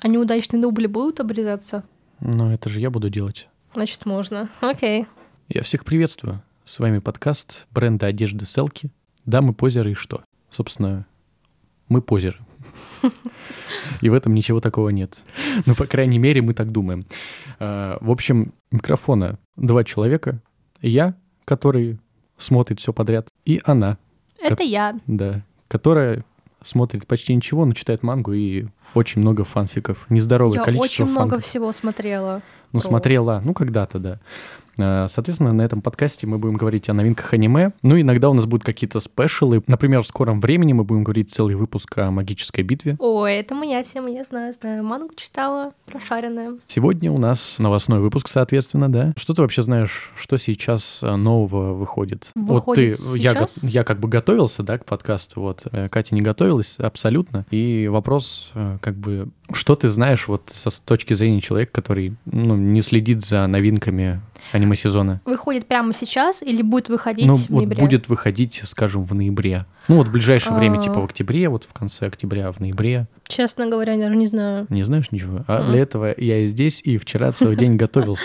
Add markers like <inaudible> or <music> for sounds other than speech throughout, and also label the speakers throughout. Speaker 1: А неудачные дубли будут обрезаться?
Speaker 2: Но это же я буду делать.
Speaker 1: Значит, можно. Окей.
Speaker 2: Я всех приветствую. С вами подкаст бренда одежды Селки. Да, мы позеры и что? Собственно, мы позеры. И в этом ничего такого нет. Ну, по крайней мере, мы так думаем. А, В общем, микрофона два человека. Я, который смотрит все подряд, и она,
Speaker 1: Это я.
Speaker 2: да, которая смотрит почти ничего, но читает мангу и очень много фанфиков. Нездоровое
Speaker 1: Я
Speaker 2: количество
Speaker 1: очень много
Speaker 2: фанфиков.
Speaker 1: всего смотрела.
Speaker 2: Ну,
Speaker 1: Про-
Speaker 2: смотрела, ну, когда-то, да. А, Соответственно, на этом подкасте мы будем говорить о новинках аниме. Ну, иногда у нас будут какие-то спешалы. Например, в скором времени мы будем говорить целый выпуск о магической битве.
Speaker 1: Ой, это моя тема, я знаю, знаю. Мангу читала, прошаренная.
Speaker 2: Сегодня у нас новостной выпуск, соответственно, да. Что ты вообще знаешь, что сейчас э, нового выходит?
Speaker 1: Выходит
Speaker 2: вот ты, я, го-
Speaker 1: сейчас?
Speaker 2: я как бы готовился, да, к подкасту, вот. э, Катя не готовилась абсолютно. И вопрос, э, как бы, что ты знаешь вот со, с точки зрения человека, который, ну, не следит за новинками аниме-сезона?
Speaker 1: Выходит прямо сейчас или будет выходить
Speaker 2: Ну,
Speaker 1: в
Speaker 2: вот
Speaker 1: ноябре?
Speaker 2: будет выходить, скажем, в ноябре. Ну, вот в ближайшее время,
Speaker 1: А.
Speaker 2: типа в октябре, вот в конце октября, в ноябре.
Speaker 1: Честно говоря, я даже не знаю.
Speaker 2: Не знаешь ничего? А
Speaker 1: Мгм.
Speaker 2: для этого я и здесь, и вчера целый
Speaker 1: <laughs>
Speaker 2: день готовился.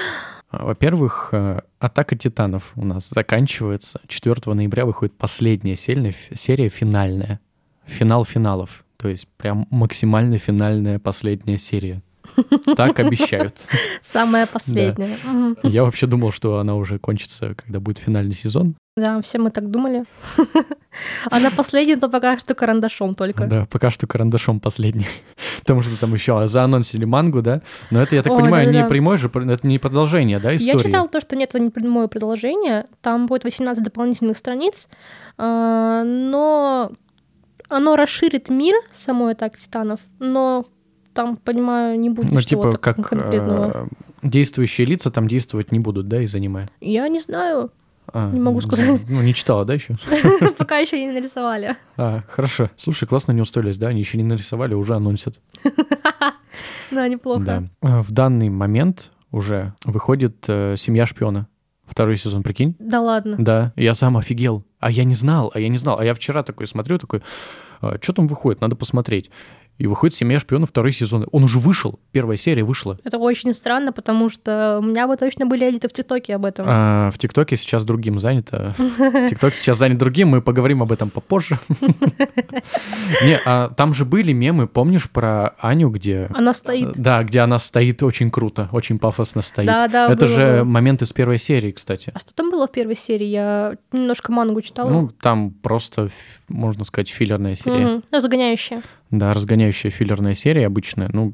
Speaker 2: А, Во-первых, э, «Атака титанов» у нас заканчивается. 4 ноября выходит последняя сельня- ф- серия, финальная. Финал финалов. То есть прям максимально финальная последняя серия.
Speaker 1: <laughs>
Speaker 2: Так обещают.
Speaker 1: Самое последнее. Мгм.
Speaker 2: Я вообще думал, что она уже кончится, когда будет финальный сезон.
Speaker 1: Да, все мы так думали. <laughs> Она последняя, то пока что карандашом только.
Speaker 2: Да, пока что карандашом последний. <laughs> Потому что там еще заанонсили мангу, да? Но это, я так
Speaker 1: Ой,
Speaker 2: понимаю, не
Speaker 1: да-да-да.
Speaker 2: прямой же, это не продолжение, да,
Speaker 1: Я
Speaker 2: истории?
Speaker 1: читала то, что нет, это не прямое предложение. Там будет 18 дополнительных страниц, а, но оно расширит мир самой атаки титанов, но там, понимаю, не будет
Speaker 2: Ну,
Speaker 1: чего-то
Speaker 2: типа, как
Speaker 1: конкретного.
Speaker 2: э, действующие лица там действовать не будут, да, из аниме?
Speaker 1: Я не знаю, <laughs>
Speaker 2: А,
Speaker 1: Не могу
Speaker 2: ну,
Speaker 1: сказать.
Speaker 2: Ну, не читала,
Speaker 1: <laughs>
Speaker 2: да, еще?
Speaker 1: пока еще не нарисовали. <laughs>
Speaker 2: А, хорошо. Слушай, классно не устроились, да? Они еще не нарисовали, уже анонсят.
Speaker 1: Да, неплохо.
Speaker 2: Да. А, В данный момент уже выходит э, «Семья шпиона». Второй сезон, прикинь?
Speaker 1: Да ладно.
Speaker 2: Да, я сам офигел. А я не знал, а я не знал. А я вчера такой смотрю, такой, что там выходит, надо посмотреть. И выходит «Семья шпиона» второй сезон. Он уже вышел, первая серия вышла.
Speaker 1: Это очень странно, потому что у меня бы точно были элиты в ТикТоке об этом.
Speaker 2: А, в ТикТоке сейчас
Speaker 1: <laughs>
Speaker 2: другим занято. ТикТок сейчас занят другим, мы поговорим об этом попозже. Не, а там же были мемы, помнишь, про Аню, где...
Speaker 1: Она стоит.
Speaker 2: Да, где она стоит очень круто, очень пафосно стоит.
Speaker 1: Да, да,
Speaker 2: Это
Speaker 1: было,
Speaker 2: же
Speaker 1: было.
Speaker 2: момент из первой серии, кстати.
Speaker 1: А что там было в первой серии? Я немножко мангу читала.
Speaker 2: Ну, там просто, ф- можно сказать, филлерная серия.
Speaker 1: Мгм. Ну, загоняющая.
Speaker 2: Да, разгоняющая филлерная серия обычная, ну,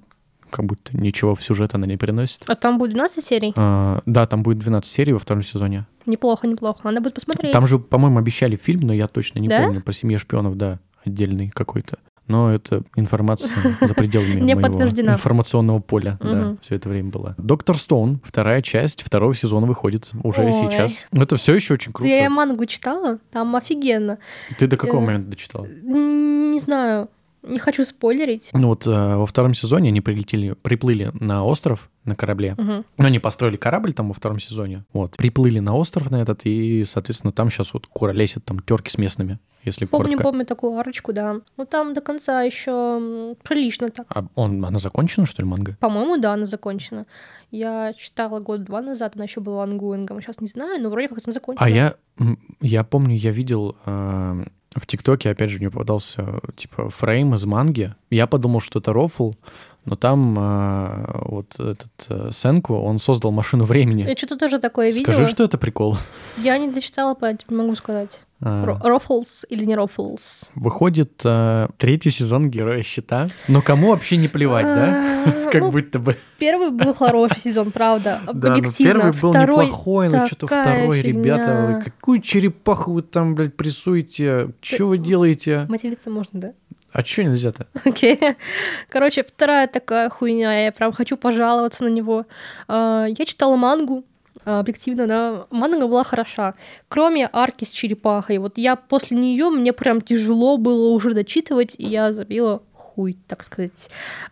Speaker 2: как будто ничего в сюжет она не приносит.
Speaker 1: А там будет 12 серий?
Speaker 2: А, да, там будет 12 серий во втором сезоне.
Speaker 1: Неплохо, неплохо. Надо будет посмотреть.
Speaker 2: Там же, по-моему, обещали фильм, но я точно не
Speaker 1: Да?
Speaker 2: помню. Про семью шпионов, да, отдельный какой-то. Но это информация
Speaker 1: <laughs>
Speaker 2: за пределами
Speaker 1: Не
Speaker 2: моего
Speaker 1: подтверждена.
Speaker 2: информационного поля. Да,
Speaker 1: Мгм.
Speaker 2: все это время было. Доктор Стоун, вторая часть второго сезона выходит уже
Speaker 1: Ой.
Speaker 2: сейчас. Это все еще очень
Speaker 1: Я
Speaker 2: круто.
Speaker 1: мангу читала, там офигенно.
Speaker 2: Ты до какого
Speaker 1: э,
Speaker 2: момента дочитал?
Speaker 1: Н- Не знаю, не хочу спойлерить.
Speaker 2: Ну вот э, во втором сезоне они прилетели, приплыли на остров на корабле.
Speaker 1: Мгм.
Speaker 2: Ну, они построили корабль там во втором сезоне. Вот. Приплыли на остров на этот, и, соответственно, там сейчас вот кура лесит, там терки с местными, если
Speaker 1: Помню,
Speaker 2: коротко.
Speaker 1: помню такую арочку, да. Ну там до конца еще прилично так.
Speaker 2: А он, она закончена, что ли, манга?
Speaker 1: По-моему, да, она закончена. Я читала год-два назад, она еще была ангуингом. Сейчас не знаю, но вроде как она закончена.
Speaker 2: А я, м, я помню, я видел э, в ТикТоке, опять же, мне попадался, типа, фрейм из манги. Я подумал, что это рофл, но там э, вот этот э, Сенку, он создал машину времени.
Speaker 1: Э, Я что-то тоже такое
Speaker 2: Скажи,
Speaker 1: видела.
Speaker 2: что это прикол.
Speaker 1: Я не дочитала, поэтому не могу сказать.
Speaker 2: А.
Speaker 1: Ро- Рофлс или не Рофлс?
Speaker 2: Выходит э, третий сезон Героя Щита. Но кому вообще не плевать, да?
Speaker 1: А,
Speaker 2: <laughs> Как
Speaker 1: ну,
Speaker 2: будто бы.
Speaker 1: Первый был хороший сезон, правда.
Speaker 2: Да, ну
Speaker 1: объективно. а
Speaker 2: первый был
Speaker 1: Второй
Speaker 2: неплохой, но что-то
Speaker 1: такая
Speaker 2: второй, ребята,
Speaker 1: фигня.
Speaker 2: вы какую черепаху вы там, блядь, прессуете? Чё вы делаете?
Speaker 1: Материться можно, да? <laughs>
Speaker 2: А чё нельзя-то?
Speaker 1: Окей. Короче, вторая такая хуйня, я прям хочу пожаловаться на него. А, Я читала мангу, а, объективно, да, манга была хороша. Кроме арки с черепахой, вот я после нее мне прям тяжело было уже дочитывать, и я забила хуй, так сказать.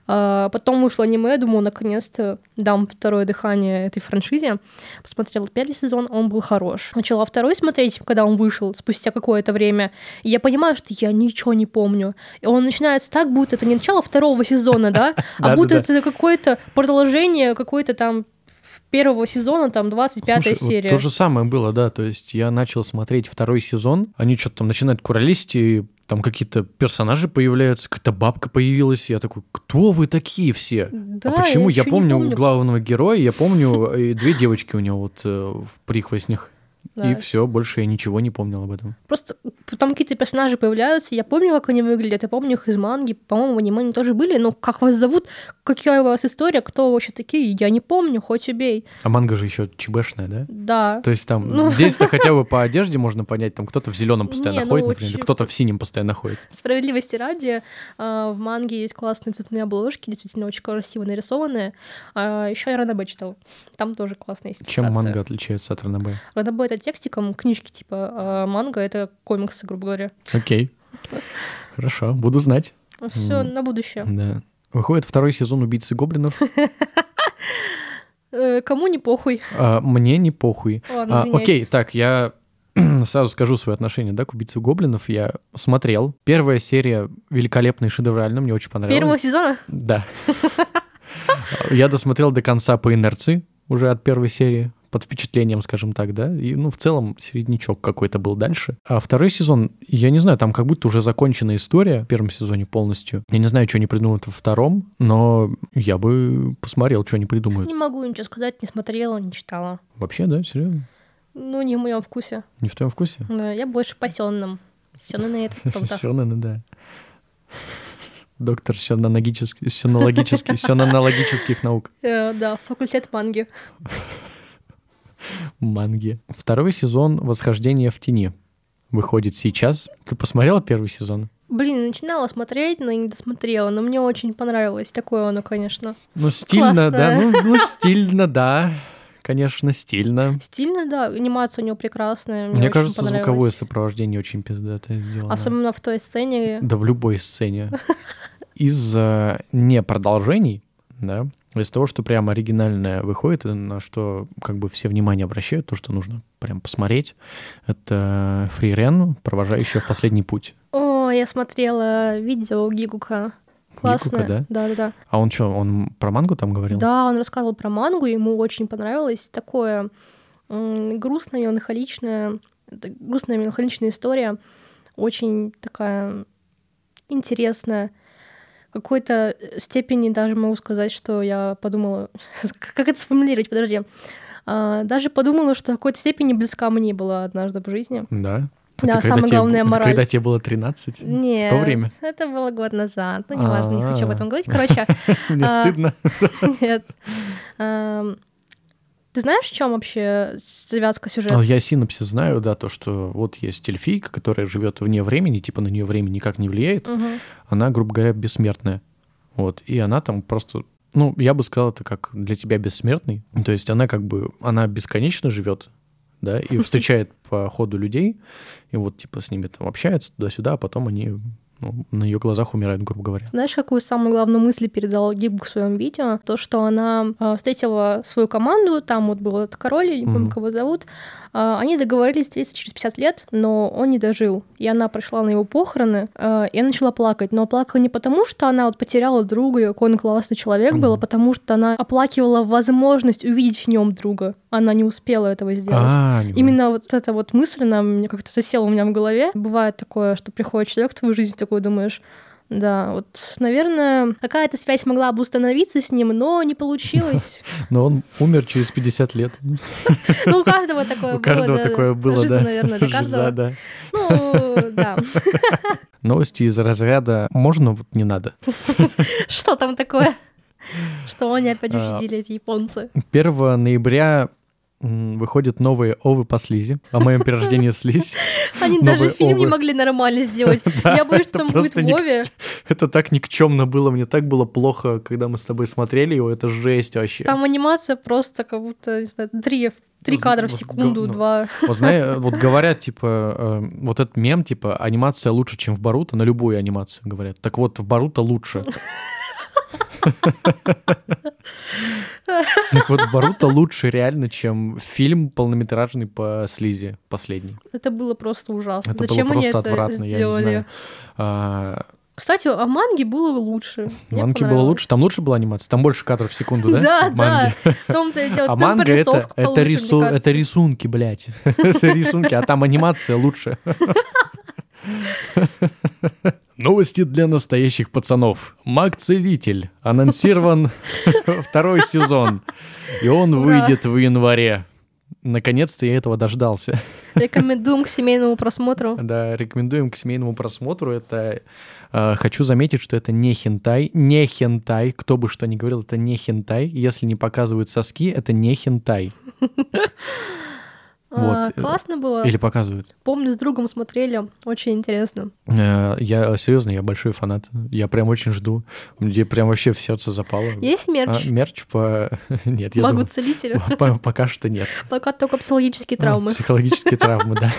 Speaker 1: А, потом вышло аниме, я думаю, наконец-то дам второе дыхание этой франшизе. Посмотрела первый сезон, он был хорош. Начала второй смотреть, когда он вышел, спустя какое-то время. И я понимаю, что я ничего не помню. И он начинается так, будто это не начало второго сезона, да, а будто это какое-то продолжение, какой-то там первого сезона, там, 25
Speaker 2: Слушай, вот
Speaker 1: серия.
Speaker 2: то же самое было, да. То есть я начал смотреть второй сезон. Они что-то там начинают куролесить, и там какие-то персонажи появляются, какая-то бабка появилась. Я такой, кто вы такие все?
Speaker 1: Да,
Speaker 2: а почему? Я,
Speaker 1: ещё не
Speaker 2: помню, главного героя, я помню э, две девочки у него вот э, в прихвостнях.
Speaker 1: <laughs> Да.
Speaker 2: И все, больше я ничего не помнил об этом.
Speaker 1: Просто там какие-то персонажи появляются, я помню, как они выглядят, я помню их из манги, по-моему, в аниме они тоже были, но как вас зовут, какая у вас история, кто вы вообще такие, я не помню, хоть убей.
Speaker 2: А манга же еще чебешная, да?
Speaker 1: Да.
Speaker 2: То есть там
Speaker 1: Ну.
Speaker 2: здесь-то хотя бы по одежде можно понять, там кто-то в зеленом постоянно
Speaker 1: Не, ну,
Speaker 2: ходит, например, или
Speaker 1: очень-
Speaker 2: кто-то в синем постоянно ходит.
Speaker 1: Справедливости ради, а, в манге есть классные цветные обложки, действительно очень красиво нарисованные. Еще я Ранобэ читала. Там тоже классные есть
Speaker 2: Чем
Speaker 1: иллюстрации.
Speaker 2: манга отличается от ранобэ?
Speaker 1: Ранобэ — это текстиком, книжки типа, а манга — это комиксы, грубо говоря.
Speaker 2: Окей. Хорошо, буду знать.
Speaker 1: Все
Speaker 2: М.
Speaker 1: на будущее.
Speaker 2: Да. Выходит второй сезон «Убийцы гоблинов».
Speaker 1: Э, Кому не похуй.
Speaker 2: А, Мне не похуй.
Speaker 1: Ладно,
Speaker 2: А,
Speaker 1: извиняюсь.
Speaker 2: Окей, так, я <clears throat> сразу скажу свое отношение, да, к «Убийце гоблинов». Я смотрел. Первая серия великолепная и шедевральна, мне очень понравилась.
Speaker 1: Первого сезона?
Speaker 2: Да. Я досмотрел до конца по инерции уже от первой серии, под впечатлением, скажем так, да. И, ну, в целом, середнячок какой-то был дальше. А второй сезон, я не знаю, там как будто уже закончена история в первом сезоне полностью. Я не знаю, что они придумают во втором, но я бы посмотрел, что они придумают.
Speaker 1: Не могу ничего сказать, не смотрела, не читала.
Speaker 2: Вообще, да, серьезно?
Speaker 1: Ну, не в моем вкусе.
Speaker 2: Не в твоем вкусе?
Speaker 1: Да, я больше по сённым. Сённы это кто-то.
Speaker 2: Сёнэн, ну да. Доктор сенологических, сенологических, сенологических наук.
Speaker 1: Э, Да, факультет манги.
Speaker 2: манги. Второй сезон «Восхождение в тени» выходит сейчас. Ты посмотрела первый сезон?
Speaker 1: Блин, начинала смотреть, но не досмотрела. Но мне очень понравилось. Такое оно, конечно.
Speaker 2: Ну, стильно, да.
Speaker 1: Классная.
Speaker 2: Ну, ну, стильно, да. Конечно, стильно.
Speaker 1: Стильно, да. Анимация у него прекрасная. Мне,
Speaker 2: Мне
Speaker 1: очень
Speaker 2: кажется,
Speaker 1: понравилось. А
Speaker 2: звуковое сопровождение очень пиздатое сделано.
Speaker 1: Особенно в той сцене.
Speaker 2: Да в любой сцене. Из э, непродолжений, да, из того, что прям оригинальное выходит, и на что как бы все внимание обращают, то, что нужно прям посмотреть, это Фрирен, провожающая в последний путь.
Speaker 1: О, я смотрела видео Гигука. Классно.
Speaker 2: да?
Speaker 1: да, да, да.
Speaker 2: А он что, он про мангу там говорил?
Speaker 1: Да, он рассказывал про мангу, ему очень понравилось. Такое м, грустное, меланхоличное, это грустная, меланхоличная история. Очень такая интересная. В какой-то степени даже могу сказать, что я подумала... <laughs> Как это сформулировать? Подожди. А, Даже подумала, что в какой-то степени близка мне была однажды в жизни.
Speaker 2: Да.
Speaker 1: Да,
Speaker 2: Это когда
Speaker 1: самая
Speaker 2: тебе
Speaker 1: главная
Speaker 2: бу- это
Speaker 1: мораль.
Speaker 2: Когда тебе было 13?
Speaker 1: Нет,
Speaker 2: В то
Speaker 1: <laughs>
Speaker 2: время.
Speaker 1: это было год назад. Ну, неважно, не хочу об
Speaker 2: А.
Speaker 1: этом говорить. Короче,
Speaker 2: Мне
Speaker 1: А.
Speaker 2: <laughs> стыдно.
Speaker 1: <laughs> Нет. Эм, Ты знаешь, в чем вообще связка
Speaker 2: Но
Speaker 1: сюжета?
Speaker 2: А я синапсис знаю, да, то, что вот есть эльфийка, которая живет вне времени, типа на нее время никак не влияет.
Speaker 1: Мгм.
Speaker 2: Она, грубо говоря, бессмертная. Вот. И она там просто... Ну, я бы сказал, это как для тебя бессмертный. То есть она как бы... Она бесконечно живет, да, и встречает по ходу людей, и вот типа с ними там общается туда-сюда, а потом они ну, на ее глазах умирают, грубо говоря.
Speaker 1: Знаешь, какую самую главную мысль передал Гиббу в своем видео? То, что она э, встретила свою команду, там вот был этот король, я не помню,
Speaker 2: Мгм.
Speaker 1: кого зовут. А, Они договорились встретиться через 50 лет, но он не дожил. И она пришла на его похороны, э, и она начала плакать. Но плакала не потому, что она вот потеряла друга, и какой он классный человек был, а
Speaker 2: Мгм.
Speaker 1: потому что она оплакивала возможность увидеть в нем друга. Она не успела этого сделать.
Speaker 2: А, не понимаю.
Speaker 1: Именно вот эта вот мысль, она мне как-то засела у меня в голове. Бывает такое, что приходит человек в твою жизнь, такой думаешь, да, вот, наверное, какая-то связь могла бы установиться с ним, но не получилось.
Speaker 2: <laughs> Но он умер через 50 лет.
Speaker 1: Ну, у каждого такое было.
Speaker 2: У каждого
Speaker 1: да,
Speaker 2: такое было,
Speaker 1: Жиза,
Speaker 2: да.
Speaker 1: наверное, для
Speaker 2: Жиза,
Speaker 1: каждого.
Speaker 2: да.
Speaker 1: Ну,
Speaker 2: <laughs>
Speaker 1: да.
Speaker 2: Новости из разряда «можно, вот не надо».
Speaker 1: Что там такое? Что они опять
Speaker 2: А.
Speaker 1: увидели, эти японцы?
Speaker 2: 1 ноября м, выходят новые овы по слизи. О моем перерождении слизь.
Speaker 1: Они
Speaker 2: Новые
Speaker 1: даже фильм не
Speaker 2: овы.
Speaker 1: могли нормально сделать.
Speaker 2: Ну, <laughs> Да,
Speaker 1: Я боюсь, что там
Speaker 2: это
Speaker 1: будет
Speaker 2: просто ник- <laughs>
Speaker 1: Вове.
Speaker 2: Это так никчемно было, мне так было плохо, когда мы с тобой смотрели его, это жесть вообще.
Speaker 1: Там анимация просто как будто, не знаю, три Три
Speaker 2: Вот-
Speaker 1: кадра в
Speaker 2: Ну, вот
Speaker 1: секунду,
Speaker 2: говно.
Speaker 1: два.
Speaker 2: Вот знаешь, э, вот говорят, типа, э, вот этот мем, типа, анимация лучше, чем в Баруто, на любую анимацию говорят. Так вот, в Баруто лучше. Так вот, в Баруто лучше реально, чем фильм полнометражный по слизи последний.
Speaker 1: Это было просто ужасно.
Speaker 2: Это было
Speaker 1: Зачем они
Speaker 2: просто
Speaker 1: это
Speaker 2: отвратно, я не
Speaker 1: сделали?
Speaker 2: знаю. А,
Speaker 1: Кстати, а манги было лучше. Мне
Speaker 2: Манги было
Speaker 1: понравилось.
Speaker 2: лучше, там лучше была анимация, там больше кадров в секунду, да?
Speaker 1: <laughs> Да,
Speaker 2: в
Speaker 1: да.
Speaker 2: манге?
Speaker 1: В том-то и дело.
Speaker 2: А
Speaker 1: Там
Speaker 2: манга это,
Speaker 1: прорисовка
Speaker 2: это,
Speaker 1: получше, мне
Speaker 2: рису-
Speaker 1: кажется.
Speaker 2: это рисунки, блядь. <laughs> Это рисунки, а там анимация лучше. <laughs> Новости для настоящих пацанов. Маг-целитель анонсирован <laughs> второй сезон. И он
Speaker 1: Ура.
Speaker 2: выйдет в январе. Наконец-то я этого дождался. <laughs>
Speaker 1: Рекомендуем к семейному просмотру.
Speaker 2: Да, рекомендуем к семейному просмотру. Это э, хочу заметить, что это не хентай, не хентай. Кто бы что ни говорил, это не хентай. Если не показывают соски, это не хентай.
Speaker 1: А,
Speaker 2: Вот, э,
Speaker 1: Классно было.
Speaker 2: Или показывают.
Speaker 1: Помню, с другом смотрели. Очень интересно.
Speaker 2: Э, Я серьезно, я большой фанат. Я прям очень жду. Мне прям вообще в сердце запало.
Speaker 1: Есть мерч?
Speaker 2: А, мерч по... <laughs> Нет, я
Speaker 1: Могу
Speaker 2: думаю,
Speaker 1: целителю.
Speaker 2: по- пока что нет.
Speaker 1: Пока только психологические травмы.
Speaker 2: А, Психологические травмы, да.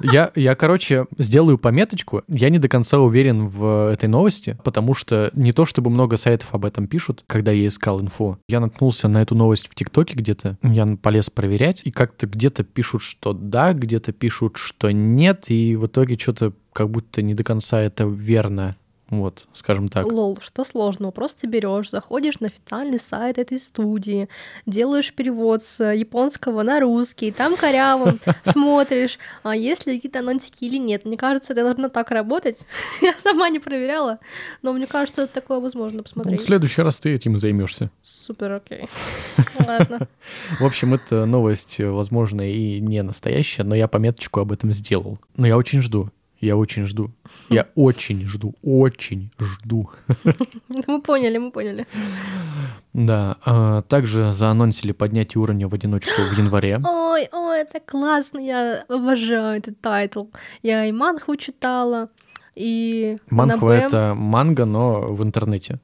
Speaker 2: Я, я, короче, сделаю пометочку. Я не до конца уверен в этой новости, потому что не то чтобы много сайтов об этом пишут, когда я искал инфу. Я наткнулся на эту новость в ТикТоке где-то. Я полез проверять, и как-то где-то пишут, что да, где-то пишут, что нет, и в итоге что-то как будто не до конца это верно. Вот, скажем так.
Speaker 1: Лол, что сложного? Просто берешь, заходишь на официальный сайт этой студии, делаешь перевод с э, японского на русский, там
Speaker 2: <laughs>
Speaker 1: корявым, смотришь, а есть ли какие-то анонсики или нет. Мне кажется, это должно так работать. <laughs> Я сама не проверяла, но мне кажется, это такое возможно
Speaker 2: Ну, в
Speaker 1: посмотреть.
Speaker 2: следующий раз ты этим и займешься.
Speaker 1: Супер,
Speaker 2: <laughs>
Speaker 1: окей. Ладно.
Speaker 2: В общем, это новость, э, возможно, и не настоящая, но я пометочку об этом сделал. Но я очень жду. Я очень жду.
Speaker 1: Хм.
Speaker 2: Я очень жду. Очень жду.
Speaker 1: Ну, Мы поняли, мы поняли.
Speaker 2: Да. а, Также заанонсили поднятие уровня в одиночку в
Speaker 1: <gasps>
Speaker 2: январе.
Speaker 1: Ой, ой, это классно, я обожаю этот тайтл. Я и манху читала, и
Speaker 2: Манхва —
Speaker 1: Набэм.
Speaker 2: это манга, но в интернете.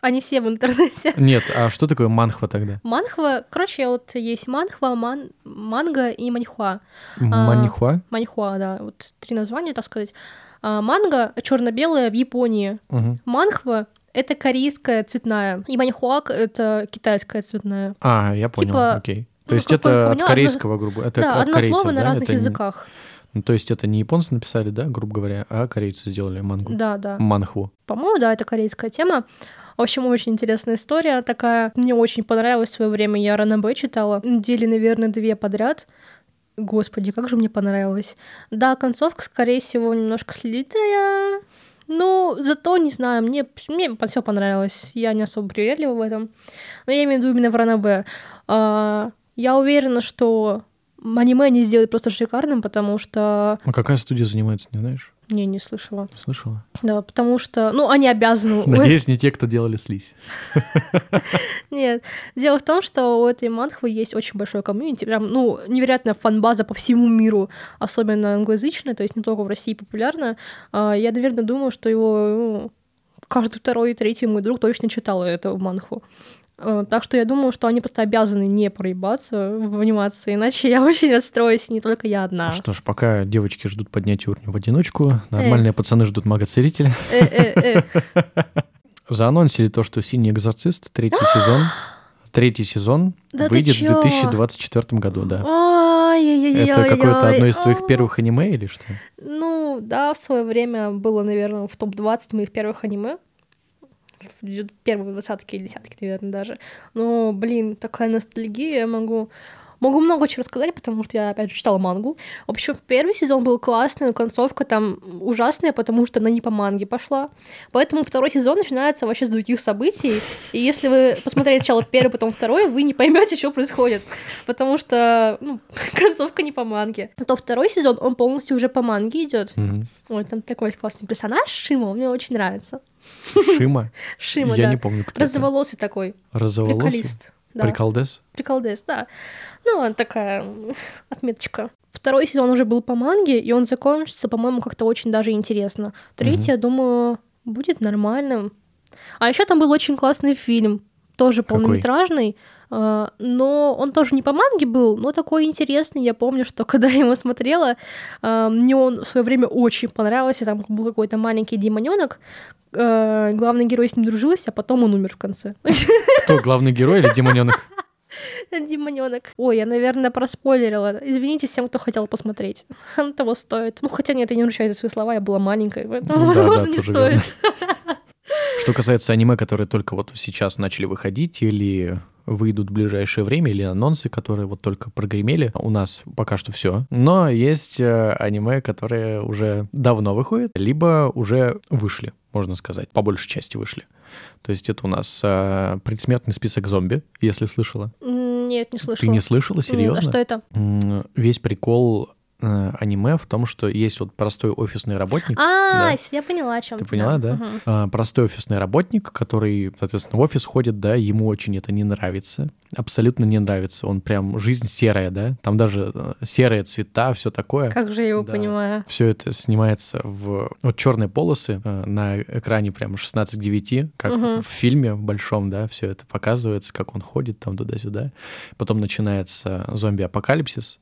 Speaker 1: Они все в интернете.
Speaker 2: Нет, а что такое манхва тогда?
Speaker 1: Манхва, короче, вот есть манхва, ман, манга и маньхуа.
Speaker 2: Маньхуа?
Speaker 1: Маньхуа, да, вот три названия, так сказать. А, манга черно-белая в Японии.
Speaker 2: Мгм.
Speaker 1: Манхва это корейская цветная, и маньхуа это китайская цветная.
Speaker 2: А, я понял,
Speaker 1: Типа,
Speaker 2: окей.
Speaker 1: ну,
Speaker 2: То есть
Speaker 1: как я
Speaker 2: это от
Speaker 1: поняла,
Speaker 2: корейского, грубо это
Speaker 1: да,
Speaker 2: от
Speaker 1: одно
Speaker 2: корейцев,
Speaker 1: слово на
Speaker 2: да?
Speaker 1: разных
Speaker 2: Это не-
Speaker 1: языках.
Speaker 2: ну, То есть это не японцы написали, да, грубо говоря, а корейцы сделали мангу.
Speaker 1: Да, да.
Speaker 2: Манхву.
Speaker 1: По-моему, да, это корейская тема. В общем, очень интересная история такая. Мне очень понравилось в свое время. Я Ранабе читала недели, наверное, две подряд. Господи, как же мне понравилось. Да, концовка, скорее всего, немножко слитая. Ну, зато, не знаю, мне, мне все понравилось. Я не особо привередлива в этом. Но я имею в виду именно в Ранабе. А, я уверена, что аниме они сделают просто шикарным, потому что...
Speaker 2: А какая студия занимается, не знаешь?
Speaker 1: Не, не слышала.
Speaker 2: Не слышала?
Speaker 1: Да, потому что... Ну, они обязаны...
Speaker 2: Надеюсь, не те, кто делали слизь.
Speaker 1: Нет, дело в том, что у этой манхвы есть очень большое комьюнити, прям, ну, невероятная фанбаза по всему миру, особенно англоязычная, то есть не только в России популярная. А, Я, наверное, думаю, что его ну, каждый второй и третий мой друг точно читал эту манху. А, Так что я думаю, что они просто обязаны не проебаться в анимации, иначе я <laughs> очень расстроюсь, и не только я одна.
Speaker 2: Что ж, пока девочки ждут поднятия уровня в одиночку, нормальные пацаны ждут мага-целителя.
Speaker 1: Э, э, э.
Speaker 2: <laughs> Заанонсили то, что «Синий экзорцист»
Speaker 1: <gasps>
Speaker 2: третий сезон. Третий сезон
Speaker 1: Да ты
Speaker 2: выйдет в
Speaker 1: чё?
Speaker 2: 2024 году, да.
Speaker 1: Ай-яй-яй-яй-яй.
Speaker 2: Это какое-то одно из твоих первых аниме
Speaker 1: <laughs>
Speaker 2: или что?
Speaker 1: Ну, да, в свое время было, наверное, в топ-20 моих первых аниме. В Первые двадцатки или десятки, наверное, даже. Но, блин, такая ностальгия, я могу... Могу много чего рассказать, потому что я, опять же, читала мангу. В общем, первый сезон был классный, но концовка там ужасная, потому что она не по манге пошла. Поэтому второй сезон начинается вообще с других событий. И если вы посмотрели сначала первый, потом второй, вы не поймете, что происходит. Потому что ну, <laughs> концовка не по манге. То второй сезон, он полностью уже по манге идет.
Speaker 2: Мгм.
Speaker 1: Ой, там такой есть классный персонаж, Шима, мне очень нравится.
Speaker 2: Шима?
Speaker 1: Шима,
Speaker 2: Я
Speaker 1: да.
Speaker 2: не помню, кто это.
Speaker 1: Розоволосый такой,
Speaker 2: Розоволосый?
Speaker 1: приколист. Да,
Speaker 2: Приколдес?
Speaker 1: приколдес, да. Ну, он такая <laughs> м, отметочка. Второй сезон уже был по манге, и он закончится, по-моему, как-то очень даже интересно. Третий,
Speaker 2: Мгм.
Speaker 1: я думаю, будет нормальным. А еще там был очень классный фильм тоже
Speaker 2: Какой?
Speaker 1: полнометражный, а, но он тоже не по манге был, но такой интересный. Я помню, что <laughs> когда я его смотрела, а, мне он в свое время очень понравился. Там был какой-то маленький демоненок, э, главный герой с ним дружился, а потом он умер в конце. <laughs>
Speaker 2: Кто, главный герой или демоненок?
Speaker 1: Демоненок. Ой, я, наверное, проспойлерила. Извините всем, кто хотел посмотреть. <laughs> Оно того стоит. Ну, хотя нет, я не ручаюсь за свои слова, я была маленькой, поэтому,
Speaker 2: Ну да, да,
Speaker 1: возможно, не
Speaker 2: тоже
Speaker 1: стоит.
Speaker 2: Что касается аниме, которые только вот сейчас начали выходить или выйдут в ближайшее время, или анонсы, которые вот только прогремели, у нас пока что все. Но есть э, аниме, которые уже давно выходят, либо уже вышли, можно сказать, по большей части вышли. То есть это у нас э, предсмертный список зомби, если слышала.
Speaker 1: М, Нет, не слышала.
Speaker 2: Ты не слышала, серьезно?
Speaker 1: Нет, а что это?
Speaker 2: М, Весь прикол э, аниме в том, что есть вот простой офисный работник.
Speaker 1: А,
Speaker 2: Да.
Speaker 1: с- я поняла, о чем.
Speaker 2: Ты поняла, да?
Speaker 1: Мгм.
Speaker 2: а, простой офисный работник, который, соответственно, в офис ходит, да, ему очень это не нравится, абсолютно не нравится, он прям жизнь серая, да, там даже э, серые цвета, все такое.
Speaker 1: Как же я его
Speaker 2: Да.
Speaker 1: понимаю.
Speaker 2: Все это снимается в вот черные полосы э, на экране прям 16 9, как
Speaker 1: Мгм.
Speaker 2: в фильме в большом, да, все это показывается, как он ходит там туда-сюда. Потом начинается зомби-апокалипсис,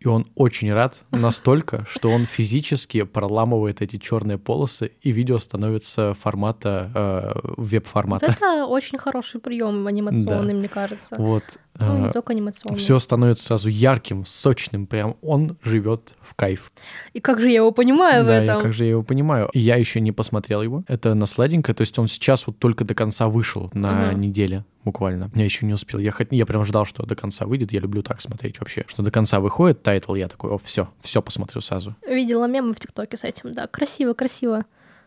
Speaker 2: и он очень
Speaker 1: <laughs>
Speaker 2: рад настолько, что он физически проламывает эти черные полосы, и видео становится формата э,
Speaker 1: Вот
Speaker 2: веб-формата.
Speaker 1: это очень хороший прием анимационный, мне кажется.
Speaker 2: Вот. а,
Speaker 1: Ну, не только анимационный.
Speaker 2: все становится сразу ярким, сочным, прям он живет в кайф.
Speaker 1: И как же я его понимаю в
Speaker 2: Да, я
Speaker 1: этом?
Speaker 2: как же я его понимаю. И Я еще не посмотрел его. Это на сладенькое, то есть он сейчас вот только до конца вышел на
Speaker 1: Мгм.
Speaker 2: неделе буквально. Я еще не успел. Я, хот- я прям ждал, что до конца выйдет. Я люблю так смотреть вообще. Что до конца выходит тайтл, я такой, о, все, все посмотрю сразу.
Speaker 1: Видела мемы в ТикТоке с этим, да. Красиво, красиво.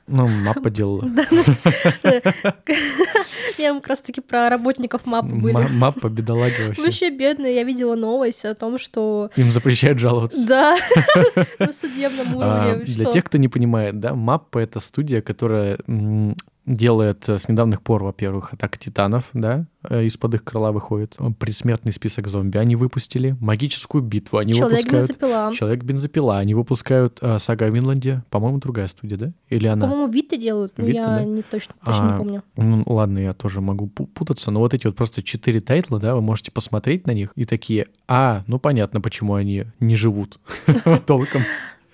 Speaker 2: Ну, мапа делала.
Speaker 1: <laughs> Да. Мем как раз-таки про работников МАПа были.
Speaker 2: Ма-
Speaker 1: <laughs>
Speaker 2: Мапа бедолаги вообще.
Speaker 1: Вообще бедные. Я видела новость о том, что...
Speaker 2: Им запрещают <laughs> жаловаться.
Speaker 1: Да, на судебном
Speaker 2: А,
Speaker 1: уровне.
Speaker 2: Для
Speaker 1: что-
Speaker 2: тех, кто не понимает, да, Маппа — это студия, которая м, делает э, с недавних пор, во-первых, «Атака титанов», да, э, из-под их крыла выходит. Э, Предсмертный список зомби они выпустили. «Магическую битву» они
Speaker 1: Человек не
Speaker 2: выпускают.
Speaker 1: запила.
Speaker 2: «Человек-бензопила» они выпускают. э, «Сага о Винланде», по-моему, другая студия, да? Или она?
Speaker 1: По-моему, Вита делают, но
Speaker 2: Вита,
Speaker 1: я
Speaker 2: да.
Speaker 1: не точно точно
Speaker 2: А,
Speaker 1: не помню.
Speaker 2: Ну, ладно, я тоже могу пу- путаться, но вот эти вот просто четыре тайтла, да, вы можете посмотреть на них и такие, а, ну понятно, почему они
Speaker 1: <laughs>
Speaker 2: не живут <laughs> толком.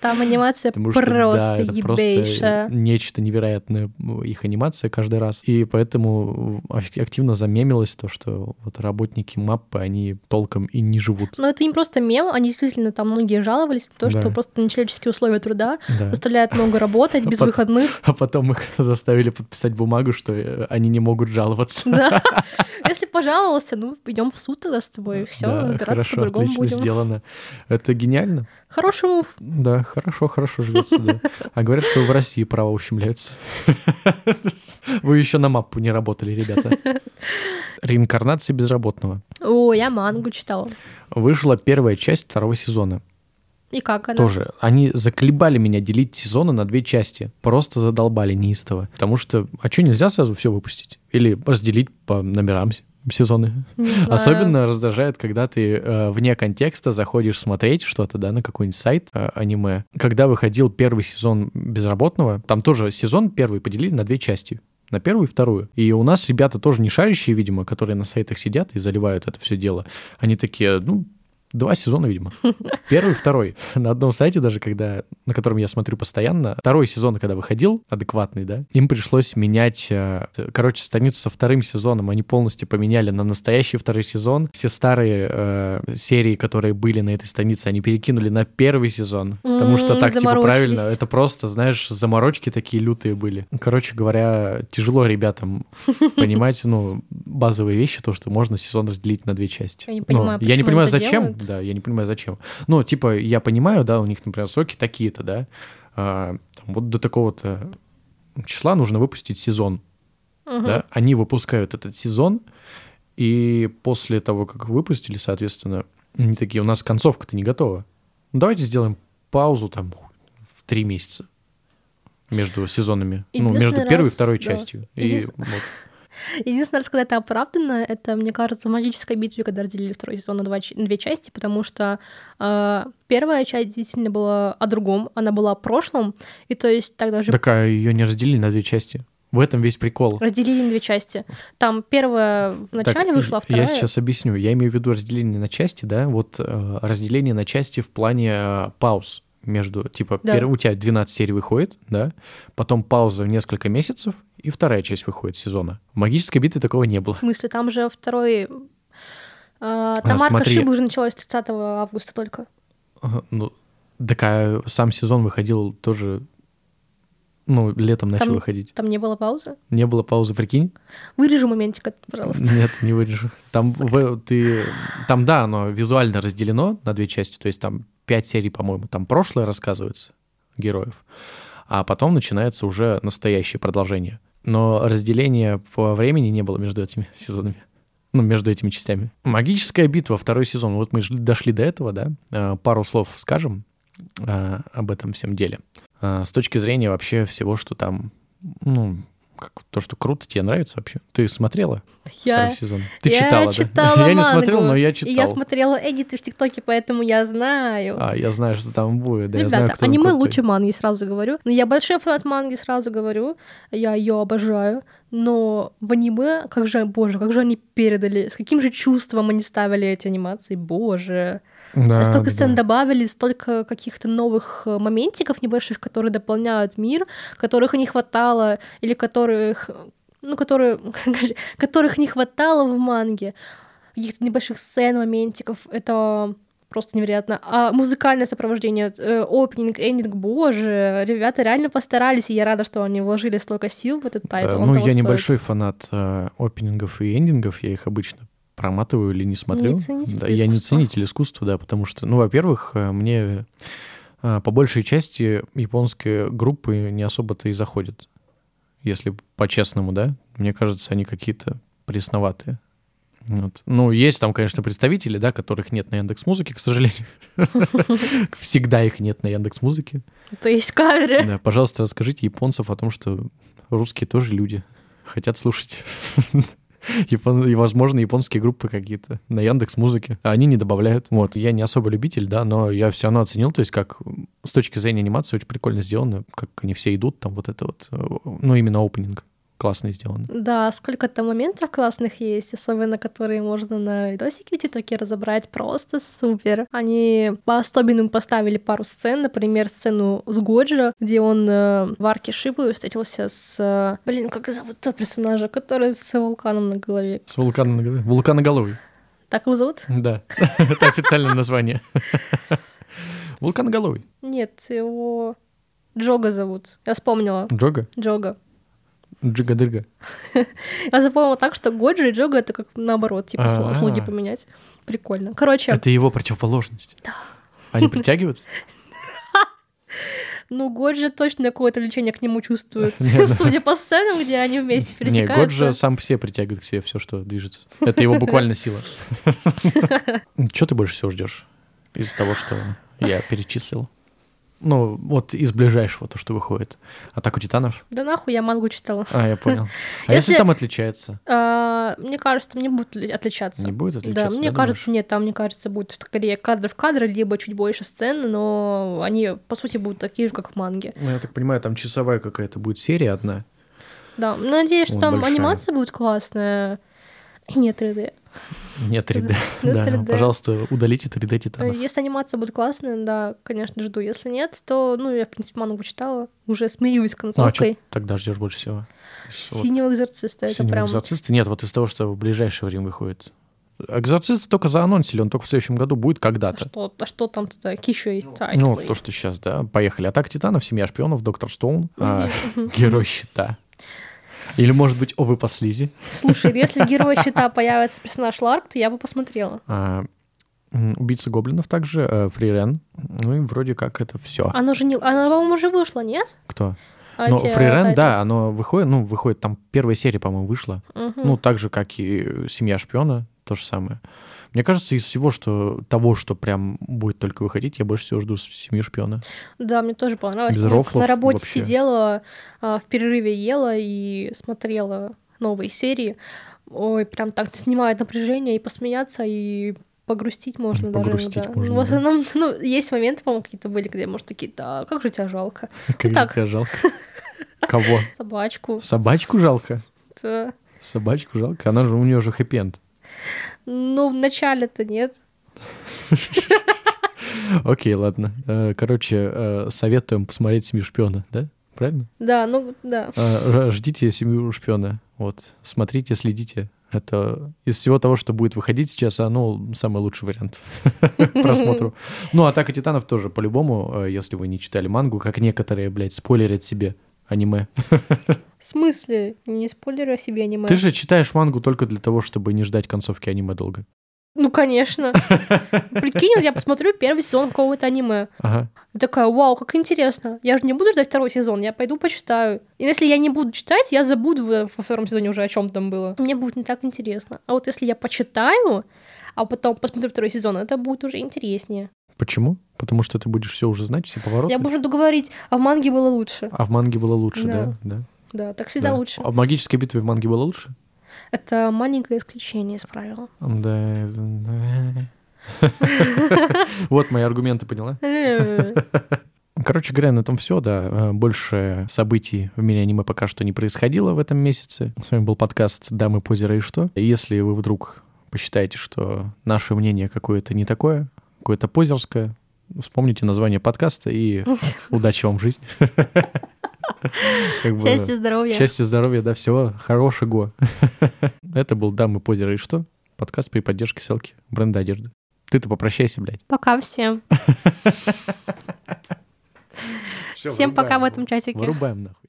Speaker 1: Там анимация
Speaker 2: Потому что, да,
Speaker 1: просто
Speaker 2: это просто
Speaker 1: ебейшая.
Speaker 2: нечто невероятное, м, их анимация каждый раз. И поэтому м, ак- активно замемилось то, что вот работники маппы, они толком и не живут.
Speaker 1: Но это не просто мем, они действительно там многие жаловались на то,
Speaker 2: Да.
Speaker 1: что просто нечеловеческие условия труда
Speaker 2: Да.
Speaker 1: заставляют много работать без
Speaker 2: Потом- <laughs>
Speaker 1: выходных.
Speaker 2: А потом их заставили подписать бумагу, что э, они не могут жаловаться.
Speaker 1: Да. Если пожаловался, ну идем в суд тогда с тобой, все,
Speaker 2: Да,
Speaker 1: разбираться
Speaker 2: хорошо,
Speaker 1: по-другому
Speaker 2: отлично
Speaker 1: будем.
Speaker 2: сделано. Это гениально.
Speaker 1: Хороший мув.
Speaker 2: Да, хорошо, хорошо живется, да. А говорят, что в России права ущемляются. <laughs> Вы еще на маппу не работали, ребята.
Speaker 1: <laughs>
Speaker 2: Реинкарнация безработного.
Speaker 1: О, я мангу читала.
Speaker 2: Вышла первая часть второго сезона.
Speaker 1: И как она?
Speaker 2: Тоже. Они заколебали меня делить сезоны на две части. Просто задолбали неистово. Потому что, а что нельзя сразу все выпустить? Или разделить по номерам с- сезоны?
Speaker 1: Не знаю.
Speaker 2: Особенно раздражает, когда ты э, вне контекста заходишь смотреть что-то, да, на какой-нибудь сайт э, аниме. Когда выходил первый сезон «Безработного», там тоже сезон первый поделили на две части. На первую и вторую. И у нас ребята тоже не шарящие, видимо, которые на сайтах сидят и заливают это все дело. Они такие, ну, Два
Speaker 1: <laughs>
Speaker 2: сезона, видимо. Первый, второй. На одном сайте даже, когда, на котором я смотрю постоянно, второй сезон, когда выходил, адекватный, да, им пришлось менять, э, короче, страницу со вторым сезоном они полностью поменяли на настоящий второй сезон. Все старые э, серии, которые были на этой странице, они перекинули на первый сезон, потому что
Speaker 1: М,
Speaker 2: так, типа, правильно.
Speaker 1: заморочились.
Speaker 2: Это просто, знаешь, заморочки такие лютые были. Короче говоря, тяжело ребятам понимать, ну, базовые вещи, то, что можно сезон разделить на две части.
Speaker 1: Я не
Speaker 2: Ну,
Speaker 1: понимаю,
Speaker 2: я не
Speaker 1: почему
Speaker 2: понимаю,
Speaker 1: это
Speaker 2: зачем.
Speaker 1: делают.
Speaker 2: Да, я не понимаю, зачем. Ну, типа, я понимаю, да, у них, например, сроки такие-то, да. а, там, вот до такого-то числа нужно выпустить сезон.
Speaker 1: Мгм.
Speaker 2: Да? Они выпускают этот сезон, и после того, как выпустили, соответственно, они такие, у нас концовка-то не готова. Ну, давайте сделаем паузу там хуй, в три месяца между сезонами, ну, между
Speaker 1: Единственный
Speaker 2: первой и
Speaker 1: раз,
Speaker 2: второй
Speaker 1: да.
Speaker 2: частью. И
Speaker 1: Единс-
Speaker 2: вот.
Speaker 1: Единственное, раз, когда это оправдано, это, мне кажется, в «Магической битве», когда разделили второй сезон на, два, ч- на две части, потому что э, первая часть действительно была о другом, она была о прошлом, и то есть так даже...
Speaker 2: Так, а ее не разделили на две части. В этом весь прикол.
Speaker 1: Разделили на две части. Там первая в
Speaker 2: Так,
Speaker 1: начале вышла, а
Speaker 2: и-
Speaker 1: вторая...
Speaker 2: Я сейчас объясню. Я имею в виду разделение на части, да, вот э, разделение на части в плане э, пауз между, типа,
Speaker 1: Да.
Speaker 2: пер- у тебя 12 серий выходит, да, потом пауза в несколько месяцев, и вторая часть выходит сезона. В «Магической битве» такого не
Speaker 1: <laughs>
Speaker 2: было.
Speaker 1: В смысле, там же второй... э, Там арка
Speaker 2: А, смотри.
Speaker 1: Шибы уже началась 30 августа только.
Speaker 2: Ага, Ну, так а сам сезон выходил тоже, ну, летом начал
Speaker 1: Там-
Speaker 2: выходить.
Speaker 1: Там не было паузы.
Speaker 2: Не было паузы, прикинь?
Speaker 1: Вырежу моментик, этот, пожалуйста.
Speaker 2: Нет, не вырежу. Там, в- ты, там, да, оно визуально разделено на две части, то есть там пять серий, по-моему, там прошлое рассказывается героев, а потом начинается уже настоящее продолжение. Но разделения по времени не было между этими сезонами. Ну, между этими частями. Магическая битва, второй сезон. Вот мы ж дошли до этого, да? Э, Пару слов скажем э, об этом всем деле. Э, С точки зрения вообще всего, что там, ну, как, то, что круто, тебе нравится вообще. Ты смотрела?
Speaker 1: Я...
Speaker 2: второй сезон. Ты
Speaker 1: я
Speaker 2: читала, да? <laughs>
Speaker 1: читала
Speaker 2: Я не
Speaker 1: мангу,
Speaker 2: смотрел, но я
Speaker 1: И я
Speaker 2: читал.
Speaker 1: смотрела эдиты в ТикТоке, поэтому я знаю.
Speaker 2: А, я знаю, что там будет. Да, я знаю,
Speaker 1: Ребята,
Speaker 2: кто там
Speaker 1: аниме
Speaker 2: крутой.
Speaker 1: лучше манги, сразу говорю. Но я большой фанат манги, сразу говорю. Я ее обожаю. Но в аниме, как же, боже, как же они передали, с каким же чувством они ставили эти анимации, боже.
Speaker 2: Да,
Speaker 1: столько
Speaker 2: А, да,
Speaker 1: сцен
Speaker 2: да.
Speaker 1: добавили, столько каких-то новых э, моментиков небольших, которые дополняют мир, которых не хватало, или которых, э, ну, которые, <laughs> которых не хватало в манге. Каких-то небольших сцен, моментиков. Это просто невероятно. А музыкальное сопровождение, э, опенинг, эндинг, боже, ребята реально постарались, и я рада, что они вложили столько сил в этот
Speaker 2: Да,
Speaker 1: тайтл. он
Speaker 2: ну,
Speaker 1: того
Speaker 2: я
Speaker 1: стоит.
Speaker 2: небольшой фанат э, опенингов и эндингов, я их обычно проматываю или не смотрю.
Speaker 1: ценитель
Speaker 2: да, я не
Speaker 1: искусства.
Speaker 2: ценитель искусства, да, потому что, ну, во-первых, э, мне э, по большей части японские группы не особо-то и заходят, если по-честному, да. Мне кажется, они какие-то пресноватые. Вот. Ну, есть там, конечно, представители, да, которых нет на Яндекс Музыке, к сожалению. <laughs> Всегда их нет на Яндекс Музыке.
Speaker 1: То есть каверы.
Speaker 2: Да, пожалуйста, расскажите японцев о том, что русские тоже люди, хотят слушать. <laughs> Япон- И, возможно, японские группы какие-то на Яндекс Музыке. А они не добавляют. Вот, я не особо любитель, да, но я все равно оценил, то есть как м, с точки зрения анимации очень прикольно сделано, как они все идут, там вот это вот, э, ну, именно опенинг классно сделано.
Speaker 1: Да, сколько там моментов классных есть, особенно которые можно на видосике в ТикТоке разобрать, просто супер. Они по-особенному поставили пару сцен, например, сцену с Годжи, где он э, в арке Шибы встретился с... э, блин, как зовут того персонажа, который с вулканом на голове?
Speaker 2: С вулканом Вулканоголовый.
Speaker 1: Так его зовут?
Speaker 2: Да, <laughs> это официальное название. <laughs> Вулканоголовый.
Speaker 1: Нет, его... Джога зовут. Я вспомнила.
Speaker 2: Джога.
Speaker 1: Джога.
Speaker 2: Джига-дырга.
Speaker 1: Я запомнила так, что Годжи и Джога — это как наоборот, типа сло-
Speaker 2: А-а.
Speaker 1: слуги поменять. Прикольно. Короче,
Speaker 2: Это его противоположность. Они притягиваются?
Speaker 1: Ну, Годжи точно какое-то влечение к нему чувствует,
Speaker 2: <laughs> Не, да.
Speaker 1: судя по сценам, где они вместе
Speaker 2: Не,
Speaker 1: пересекаются.
Speaker 2: год же сам все притягивает к себе все, что движется. Это его
Speaker 1: <laughs>
Speaker 2: буквально сила. Чего ты больше всего ждешь из того, что я перечислил? Ну, вот из ближайшего, то, что выходит. Атаку титанов?
Speaker 1: Да нахуй я мангу читала.
Speaker 2: А, я понял. А если,
Speaker 1: Если-
Speaker 2: там отличается?
Speaker 1: А, мне кажется, мне будет ли- отличаться.
Speaker 2: Не будет
Speaker 1: Да,
Speaker 2: отличаться?
Speaker 1: мне
Speaker 2: да,
Speaker 1: кажется,
Speaker 2: думаешь?
Speaker 1: нет, там, мне кажется, будет скорее кадр в кадр, либо чуть больше сцен, но они, по сути, будут такие же, как в манге.
Speaker 2: Ну, я так понимаю, там часовая какая-то будет серия одна.
Speaker 1: Да, ну, надеюсь, что
Speaker 2: Вот
Speaker 1: там
Speaker 2: большая.
Speaker 1: анимация будет классная. Нет 3D.
Speaker 2: Нет 3D.
Speaker 1: Ну,
Speaker 2: Да,
Speaker 1: 3D.
Speaker 2: пожалуйста, удалите 3D
Speaker 1: Э,
Speaker 2: титанов.
Speaker 1: Если анимация будет классная, да, конечно, жду. Если нет, то, ну, я, в принципе, мангу читала, уже смирилась с
Speaker 2: Ну, а что
Speaker 1: концовкой.
Speaker 2: тогда ждешь больше всего? Вот.
Speaker 1: Синего экзорциста, это
Speaker 2: Синего
Speaker 1: прям...
Speaker 2: «Экзорциста»? Нет, вот из того, что в ближайшее время выходит. Экзорцист только заанонсили, он только в следующем году будет
Speaker 1: А
Speaker 2: когда-то.
Speaker 1: что, а что там туда? Какие еще есть тайтлы?
Speaker 2: Ну, то, что сейчас, да. Поехали. Атака Титанов, Семья Шпионов, Доктор Стоун, а,
Speaker 1: Мгм.
Speaker 2: <laughs> Герой Щита. Или, может быть, Овы по слизи.
Speaker 1: Слушай, если в
Speaker 2: <laughs>
Speaker 1: Герое Щита появится персонаж Ларк, то я бы посмотрела.
Speaker 2: А, м, Убийца Гоблинов также, э, Фрирен. Ну и вроде как это все.
Speaker 1: Оно же не... Оно, по-моему, уже вышло, нет?
Speaker 2: Кто?
Speaker 1: А
Speaker 2: Ну,
Speaker 1: те
Speaker 2: Фрирен,
Speaker 1: тайтлы?
Speaker 2: да, оно выходит, ну, выходит, там первая серия, по-моему, вышла.
Speaker 1: Мгм.
Speaker 2: Ну, так же, как и «Семья шпиона», то же самое. Мне кажется, из всего, что того, что прям будет только выходить, я больше всего жду с- «Семью шпиона». <laughs>
Speaker 1: Да, мне тоже понравилось.
Speaker 2: без
Speaker 1: Я
Speaker 2: рофлов
Speaker 1: на работе
Speaker 2: вообще.
Speaker 1: сидела, а, в перерыве ела и смотрела новые серии. Ой, прям так снимает напряжение и посмеяться, и погрустить можно даже.
Speaker 2: Погрустить
Speaker 1: да.
Speaker 2: можно,
Speaker 1: Ну, в
Speaker 2: да.
Speaker 1: основном, ну, есть моменты, по-моему, какие-то были, где, может, такие, да, как же тебя жалко.
Speaker 2: Как же
Speaker 1: так.
Speaker 2: тебя жалко. Кого?
Speaker 1: Собачку.
Speaker 2: Собачку жалко?
Speaker 1: Да.
Speaker 2: Собачку жалко? Она же, у нее же хэппи-энд.
Speaker 1: Ну, в начале-то нет.
Speaker 2: Окей, ладно. Э, Короче, э, советуем посмотреть «Семью шпиона», да? Правильно?
Speaker 1: Да, ну, да.
Speaker 2: Э, ж- Ждите «Семью шпиона». Вот. Смотрите, следите. Это из всего того, что будет выходить сейчас, оно самый лучший вариант <laughs> к просмотру. Ну, «Атака титанов» тоже, по-любому, э, если вы не читали мангу, как некоторые, блядь, спойлерят себе аниме.
Speaker 1: В смысле? Не спойлерю о себе аниме.
Speaker 2: Ты же читаешь мангу только для того, чтобы не ждать концовки аниме долго.
Speaker 1: Ну,
Speaker 2: <laughs>
Speaker 1: конечно. Прикинь, вот я посмотрю первый сезон какого-то аниме.
Speaker 2: Ага.
Speaker 1: Я такая, вау, как интересно. Я же не буду ждать второй сезон, я пойду почитаю. И если я не буду читать, я забуду во во втором сезоне уже, о чем там было. Мне будет не так интересно. А вот если я почитаю, а потом посмотрю второй сезон, это будет уже интереснее.
Speaker 2: Почему? Потому что ты будешь все уже знать, все повороты.
Speaker 1: Я буду договорить, а в манге было лучше.
Speaker 2: А в манге было лучше, да?
Speaker 1: Да.
Speaker 2: Да.
Speaker 1: Да, так всегда
Speaker 2: Да.
Speaker 1: лучше.
Speaker 2: А в магической битве в манге было лучше?
Speaker 1: Это маленькое исключение из
Speaker 2: <laughs>
Speaker 1: правила. <laughs>
Speaker 2: Да. да. Вот мои аргументы поняла. Короче говоря, на этом все, да. Э, Больше событий в мире аниме пока что не происходило в этом месяце. С вами был подкаст «Дамы, позера и что». Если вы вдруг посчитаете, что наше мнение какое-то не такое, какое-то позерское, вспомните название подкаста
Speaker 1: <laughs>
Speaker 2: и удачи вам в жизни. Как бы-
Speaker 1: Счастья, здоровья.
Speaker 2: Счастья, здоровья, да, всего
Speaker 1: <laughs>
Speaker 2: хорошего. Это был «Дамы, позеры и что?» Подкаст при поддержке ссылки бренда одежды. Ты-то попрощайся, блядь.
Speaker 1: Пока всем. Всем пока в этом чатике.
Speaker 2: Вырубаем, нахуй.